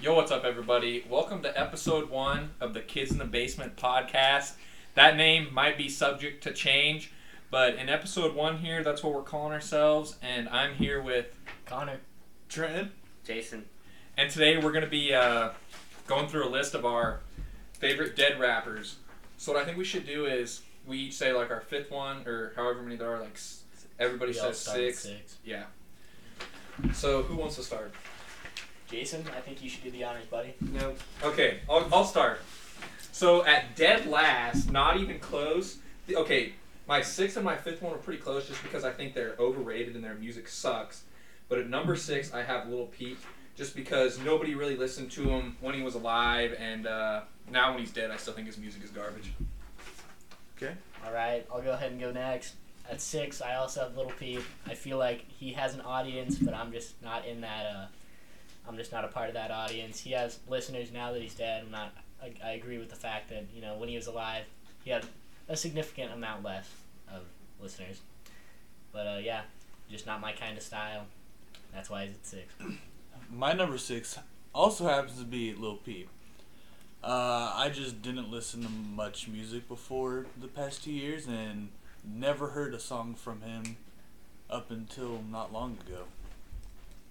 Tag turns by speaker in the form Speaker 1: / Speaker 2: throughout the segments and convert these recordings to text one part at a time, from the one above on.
Speaker 1: Yo, what's up, everybody? Welcome to episode one of the Kids in the Basement podcast. That name might be subject to change, but in episode one here, that's what we're calling ourselves. And I'm here with
Speaker 2: Connor.
Speaker 1: Trent,
Speaker 3: Jason.
Speaker 1: and today we're going to be uh, going through a list of our favorite dead rappers. So what I think we should do is we each say like our fifth one or however many there are. Like s- everybody
Speaker 2: We all
Speaker 1: says
Speaker 2: started
Speaker 1: six. Yeah. So who wants to start?
Speaker 2: Jason, I think you should do the honors, buddy.
Speaker 3: No.
Speaker 1: Okay, I'll, I'll start. So at dead last, not even close. the- Okay, my sixth and my fifth one are pretty close just because I think they're overrated and their music sucks. But at number six, I have Little Peep just because nobody really listened to him when he was alive, and uh, now when he's dead, I still think his music is garbage.
Speaker 2: All right, I'll go ahead and go next. At six, I also have Little P. I feel like he has an audience, but I'm just not in that. Uh, I'm just not a part of that audience. He has listeners now that he's dead. I'm not. I, I agree with the fact that you know when he was alive, he had a significant amount less of listeners. But uh, yeah, just not my kind of style. That's why he's at six.
Speaker 4: My number six also happens to be Lil Peep. Uh, I just didn't listen to much music before the past two years and never heard a song from him up until not long ago.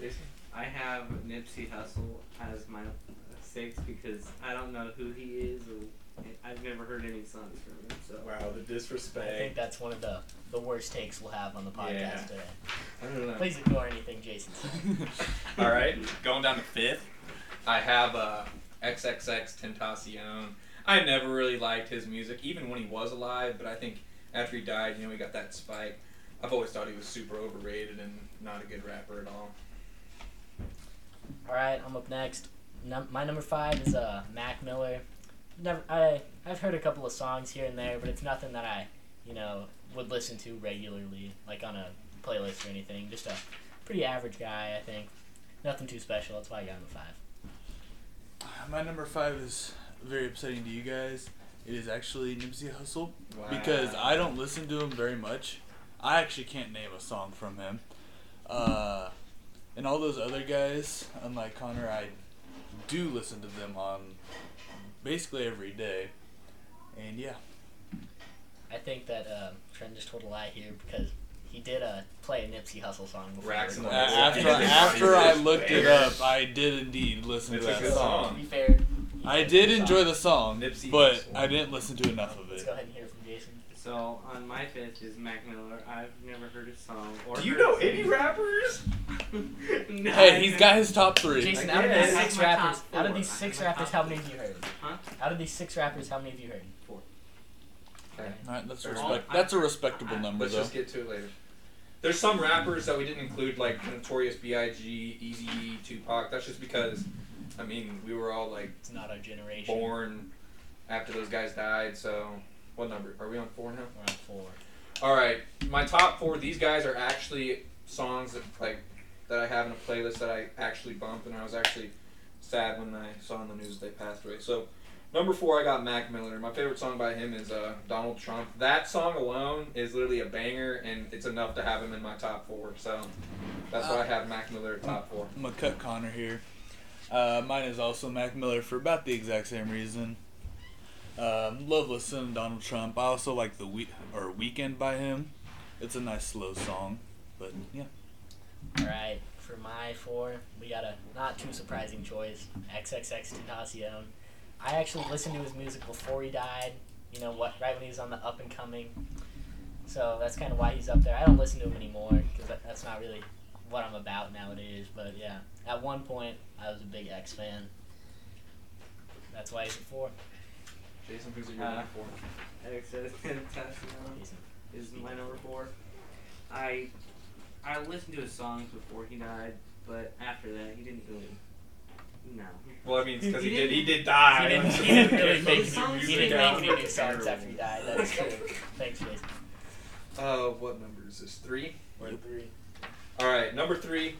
Speaker 1: Jason?
Speaker 3: I have Nipsey Hussle as my uh, six because I don't know who he is. Or, I've never heard any songs from him. So
Speaker 5: Wow, the
Speaker 2: I think
Speaker 5: disrespect.
Speaker 2: that's one of the the worst takes we'll have on the podcast
Speaker 5: Yeah.
Speaker 2: today.
Speaker 5: I don't know.
Speaker 2: Please ignore anything Jason said.
Speaker 1: All right, going down to fifth, I have uh, XXX Tentacion. I never really liked his music, even when he was alive. But I think after he died, you know, he got that spike. I've always thought he was super overrated and not a good rapper at all.
Speaker 2: All right, I'm up next. Num- my number five is uh, Mac Miller. Never, I I've heard a couple of songs here and there, but it's nothing that I, you know, would listen to regularly, like on a playlist or anything. Just a pretty average guy, I think. Nothing too special. That's why I got him a five.
Speaker 4: My number five is very upsetting to you guys. It is actually Nipsey Hussle because I don't listen to him very much. I actually can't name a song from him. Uh, and all those other guys, unlike Connor, I do listen to them on basically every day. And yeah,
Speaker 2: I think that um, Trent just told a lie here because he did uh, play a Nipsey Hustle song before.
Speaker 1: Racks and
Speaker 4: a-
Speaker 1: Well,
Speaker 4: after,
Speaker 1: it's-
Speaker 4: after I looked it
Speaker 5: Bears.
Speaker 4: up, I did indeed listen to
Speaker 1: It's a
Speaker 4: that
Speaker 1: good
Speaker 4: song.
Speaker 1: song.
Speaker 2: To be fair, he
Speaker 4: I
Speaker 2: liked
Speaker 4: did
Speaker 2: the song.
Speaker 4: enjoy the song,
Speaker 1: Nipsey
Speaker 4: but
Speaker 1: Hussle.
Speaker 4: I didn't listen to enough of
Speaker 2: Let's
Speaker 4: it.
Speaker 2: go ahead and hear it from Jason.
Speaker 3: So on my fifth is Mac Miller. I've never heard a song. Or
Speaker 5: Do you
Speaker 3: heard
Speaker 5: know
Speaker 3: a song.
Speaker 5: any rappers?
Speaker 3: no,
Speaker 4: Hey,
Speaker 3: I
Speaker 4: he's
Speaker 3: know-
Speaker 4: got his top three.
Speaker 2: Jason,
Speaker 5: I
Speaker 2: out of these
Speaker 5: guess.
Speaker 2: six
Speaker 3: I have my
Speaker 2: rappers,
Speaker 3: top
Speaker 2: out of
Speaker 3: four.
Speaker 2: these
Speaker 3: I have
Speaker 2: six
Speaker 3: my
Speaker 2: rappers,
Speaker 3: top
Speaker 2: how many
Speaker 3: four.
Speaker 2: have you heard?
Speaker 3: Huh?
Speaker 2: Out of these six rappers, how many have you heard?
Speaker 3: Four.
Speaker 1: Okay.
Speaker 4: All right, that's a
Speaker 1: All
Speaker 4: respect.
Speaker 3: right.
Speaker 4: That's a respectable
Speaker 3: Let's
Speaker 4: number
Speaker 1: Let's
Speaker 4: though.
Speaker 1: just get to it later. There's some rappers that we didn't include, like Notorious B.I.G., Eazy, Tupac. That's just because, I mean, we were all like
Speaker 2: It's not our generation.
Speaker 1: born after those guys died. So, what number are we on four now?
Speaker 2: We're on four.
Speaker 1: All right, my top four. These guys are actually songs that like that I have in a playlist that I actually bump, and I was actually sad when I saw in the news they passed away. So, number four, I got Mac Miller. My favorite song by him is uh, Donald Trump. That song alone is literally a banger, and it's enough to have him in my top four. So, that's why I have Mac Miller at top four.
Speaker 4: I'm gonna cut Connor here. Uh, mine is also Mac Miller for about the exact same reason. Um, love listening to Donald Trump. I also like the week or weekend by him. It's a nice slow song, but yeah.
Speaker 2: All right, for my four, we got a not too surprising choice, XXX Tentacion. I actually listened to his music before he died. You know what? Right when he was on the up and coming. So that's kind of why he's up there. I don't listen to him anymore because that, that's not really what I'm about nowadays. But yeah, at one point I was a big X fan. That's why he's at four.
Speaker 1: Jason, who's your
Speaker 3: Uh,
Speaker 1: number four?
Speaker 3: Excess Tentacion.
Speaker 2: Jason.
Speaker 3: is my number four. I I listened to his songs before he died, but after that he didn't really. No.
Speaker 1: Well, I mean, because he,
Speaker 3: He
Speaker 1: did. He
Speaker 3: didn't-
Speaker 1: did die.
Speaker 2: He didn't, he didn't really make
Speaker 3: Those
Speaker 2: any,
Speaker 3: songs
Speaker 2: he didn't make
Speaker 3: are
Speaker 2: any new
Speaker 3: terrible.
Speaker 2: songs after he died. That is true. Thanks, Jason.
Speaker 1: Uh, what number is this? Three.
Speaker 2: We're at three.
Speaker 1: All right, number three,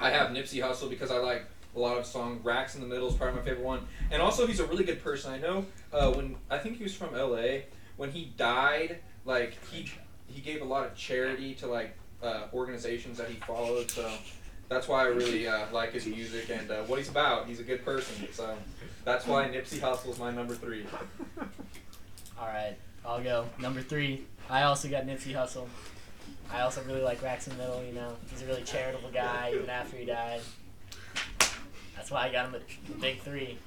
Speaker 1: I have Nipsey Hussle because I like a lot of song. Racks in the Middle is probably my favorite one, and also he's a really good person. I know uh, when I think he was from L.A. When he died, like he he gave a lot of charity to like uh, organizations that he followed. So That's why I really uh, like his music and uh, what he's about. He's a good person, so that's why Nipsey Hussle's my number three.
Speaker 2: All right, I'll go number three. I also got Nipsey Hussle. I also really like Rax in the Middle. You know, he's a really charitable guy even after he died. That's why I got him at the big three.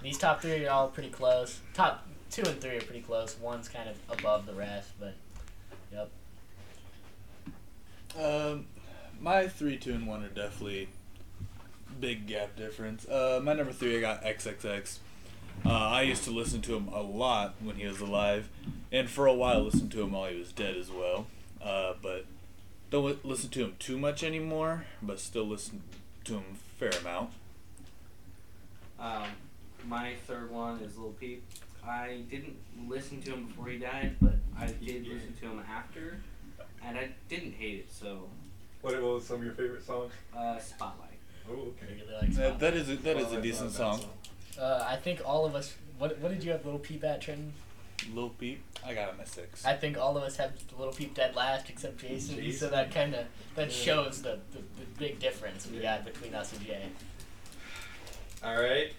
Speaker 2: These top three are all pretty close. Top two and three are pretty close. One's kind of above the rest, but yep.
Speaker 4: Um, my three, two, and one are definitely big gap difference. Uh, my number three, I got XXX. Uh, I used to listen to him a lot when he was alive, and for a while listened to him while he was dead as well. Uh, but don't li- listen to him too much anymore, but still listen to him a fair amount.
Speaker 3: Um, my third one is Lil Peep. I didn't listen to him before he died, but I did listen to him after, and I didn't hate it. So,
Speaker 1: What was some of your favorite songs?
Speaker 3: uh, Spotlight.
Speaker 1: Oh,
Speaker 2: I
Speaker 1: okay.
Speaker 2: really like
Speaker 4: That,
Speaker 2: Spotlight.
Speaker 4: that is a, that is
Speaker 1: Well,
Speaker 4: a
Speaker 1: that's
Speaker 4: decent
Speaker 1: not a
Speaker 4: song.
Speaker 1: bad
Speaker 2: Uh, I think all of us. What, what did you have, Little Peep, at Trenton?
Speaker 4: Lil Peep, I got him at six.
Speaker 2: I think all of us have Little Peep dead last, except Jason. So that kind of that
Speaker 1: Yeah.
Speaker 2: shows the, the, the big difference we
Speaker 1: Yeah.
Speaker 2: got between us and Jay.
Speaker 1: All right.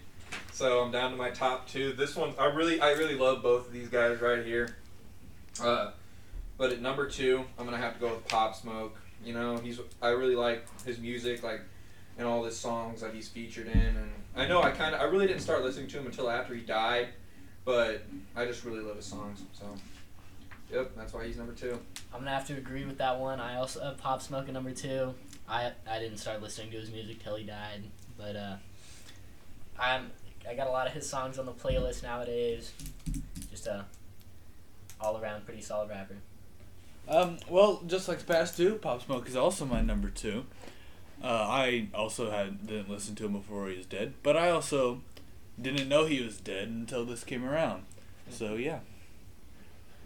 Speaker 1: So I'm down to my top two. This one, I really, I really love both of these guys right here. Uh, but at number two, I'm gonna have to go with Pop Smoke. You know, he's, I really like his music, like, and all his songs that he's featured in. And I know I kind of, I really didn't start listening to him until after he died, but I just really love his songs. So, yep, that's why he's number two.
Speaker 2: I'm gonna have to agree with that one. I also have Pop Smoke at number two. I I didn't start listening to his music till he died, but uh, I'm I got a lot of his songs on the playlist nowadays. Just a all around pretty solid rapper.
Speaker 4: Um, well, just like the past two, Pop Smoke is also my number two. Uh, I also had didn't listen to him before he was dead, but I also didn't know he was dead until this came around. So yeah,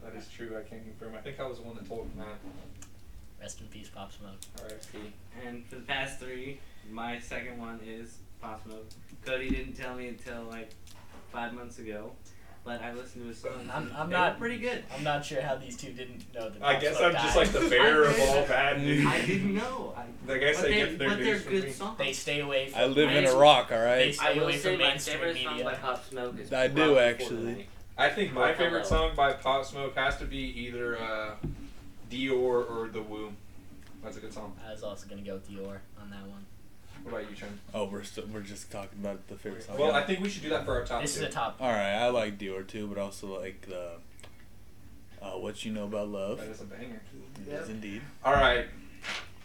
Speaker 1: That is true. I can confirm. I think I was the one that told him that.
Speaker 2: Rest in peace, Pop Smoke.
Speaker 1: R.I.P.
Speaker 3: And for the past three, my second one is Pop Smoke. Cody didn't tell me until like five months ago, but I listened to his songs.
Speaker 2: I'm-
Speaker 3: and
Speaker 2: I'm
Speaker 3: they
Speaker 2: not-
Speaker 3: were pretty good.
Speaker 2: I'm not sure how these two didn't know that.
Speaker 1: I
Speaker 2: Pop
Speaker 1: guess
Speaker 2: Smoke
Speaker 1: I'm just
Speaker 2: died.
Speaker 1: like the bearer of
Speaker 3: I-
Speaker 1: all bad news.
Speaker 3: I didn't know. I,
Speaker 1: Like I
Speaker 3: but
Speaker 1: say,
Speaker 3: they,
Speaker 1: get their
Speaker 3: but they're
Speaker 1: news from
Speaker 3: good
Speaker 1: me.
Speaker 3: songs.
Speaker 2: They stay away from.
Speaker 4: I live in
Speaker 3: I
Speaker 4: a
Speaker 3: just-
Speaker 4: rock. All right.
Speaker 2: They-
Speaker 3: I
Speaker 2: Stay
Speaker 3: will
Speaker 2: away
Speaker 3: say
Speaker 2: from
Speaker 3: my
Speaker 2: mainstream
Speaker 3: favorite song
Speaker 2: media.
Speaker 3: by Pop Smoke is
Speaker 4: I do,
Speaker 3: probably
Speaker 4: actually.
Speaker 3: Fortnite.
Speaker 1: I think my favorite
Speaker 2: Hello.
Speaker 1: song by Pop Smoke has to be either uh, Dior or The Woo. That's a good song.
Speaker 2: I was also gonna go with Dior on that one.
Speaker 1: What about you, Chen?
Speaker 4: Oh, we're still, we're just talking about the favorite song.
Speaker 1: Well, I think we should do that for our top
Speaker 2: This is
Speaker 1: two.
Speaker 2: a top.
Speaker 4: all right. I like Dior too, but also like the uh, what you know about love.
Speaker 1: that is a banger.
Speaker 4: It is indeed.
Speaker 1: All right,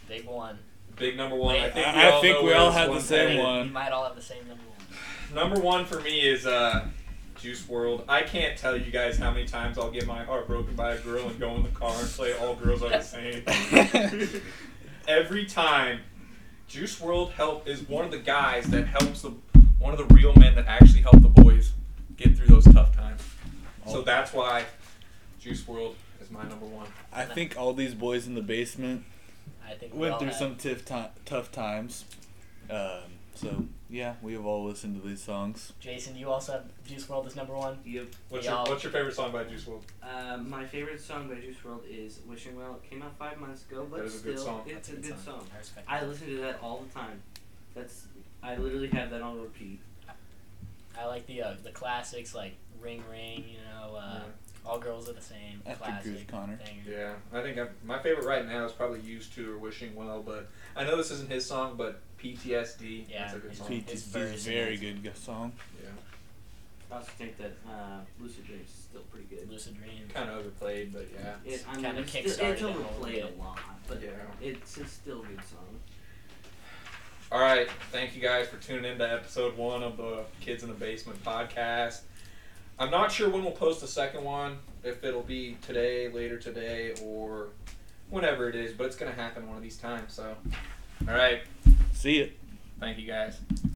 Speaker 2: Big one.
Speaker 1: big number one. I
Speaker 2: Wait,
Speaker 1: think
Speaker 4: I-
Speaker 1: we
Speaker 4: I
Speaker 1: all,
Speaker 4: think
Speaker 1: know
Speaker 4: we
Speaker 1: where
Speaker 4: all
Speaker 1: this
Speaker 4: had the
Speaker 1: one's
Speaker 4: same
Speaker 1: headed.
Speaker 4: one.
Speaker 2: We might all have the same number one.
Speaker 1: Number one for me is uh, Juice World. I can't tell you guys how many times I'll get my heart broken by a girl and go in the car and play All Girls Are the Same. every time Juice World help is one of the guys that helps the one of the real men that actually help the boys get through those tough times. So that's why Juice World is my number one.
Speaker 4: I think all these boys in the basement
Speaker 2: I think we
Speaker 4: went
Speaker 2: all
Speaker 4: through
Speaker 2: had-
Speaker 4: some tiff ti- tough times. Um, so yeah, we have all listened to these songs.
Speaker 2: Jason, you also have Juice World as number one.
Speaker 3: Yep.
Speaker 1: What's
Speaker 2: Y'all-
Speaker 1: your What's your favorite song by Juice World?
Speaker 3: Uh, my favorite song by Juice World is "Wishing Well." It came out five months ago, but
Speaker 1: That is a
Speaker 3: still,
Speaker 1: good song.
Speaker 3: it's a good song.
Speaker 2: I respect.
Speaker 3: I
Speaker 2: that.
Speaker 3: listen to that all the time. That's I literally have that on repeat.
Speaker 2: I like the uh, the classics like Ring Ring. You know, uh,
Speaker 1: Yeah.
Speaker 2: all girls are the same.
Speaker 4: That's the
Speaker 2: classic.
Speaker 4: Goose Connor.
Speaker 2: banger.
Speaker 1: Yeah, I think I'm, my favorite right now is probably Used to or Wishing Well, but I know this isn't his song, but PTSD.
Speaker 2: Yeah,
Speaker 1: that's a good
Speaker 2: it's
Speaker 1: song.
Speaker 2: P-
Speaker 4: Peach is
Speaker 2: verse in
Speaker 4: very
Speaker 2: it.
Speaker 4: good g- song.
Speaker 1: yeah,
Speaker 3: I also think that uh, "Lucid Dreams" is still pretty good.
Speaker 2: Lucid Dreams.
Speaker 1: kind of overplayed, but yeah.
Speaker 3: It, I mean,
Speaker 2: Kinda
Speaker 3: it's, still,
Speaker 2: kickstarted
Speaker 3: it's
Speaker 2: that whole
Speaker 3: overplayed
Speaker 2: bit.
Speaker 3: a lot, but
Speaker 1: Yeah.
Speaker 3: it's, it's still a good song.
Speaker 1: All right, thank you guys for tuning in to episode one of the Kids in the Basement podcast. I'm not sure when we'll post the second one, if it'll be today, later today, or whenever it is, but it's going to happen one of these times. So, all right,
Speaker 4: See ya.
Speaker 1: thank you guys.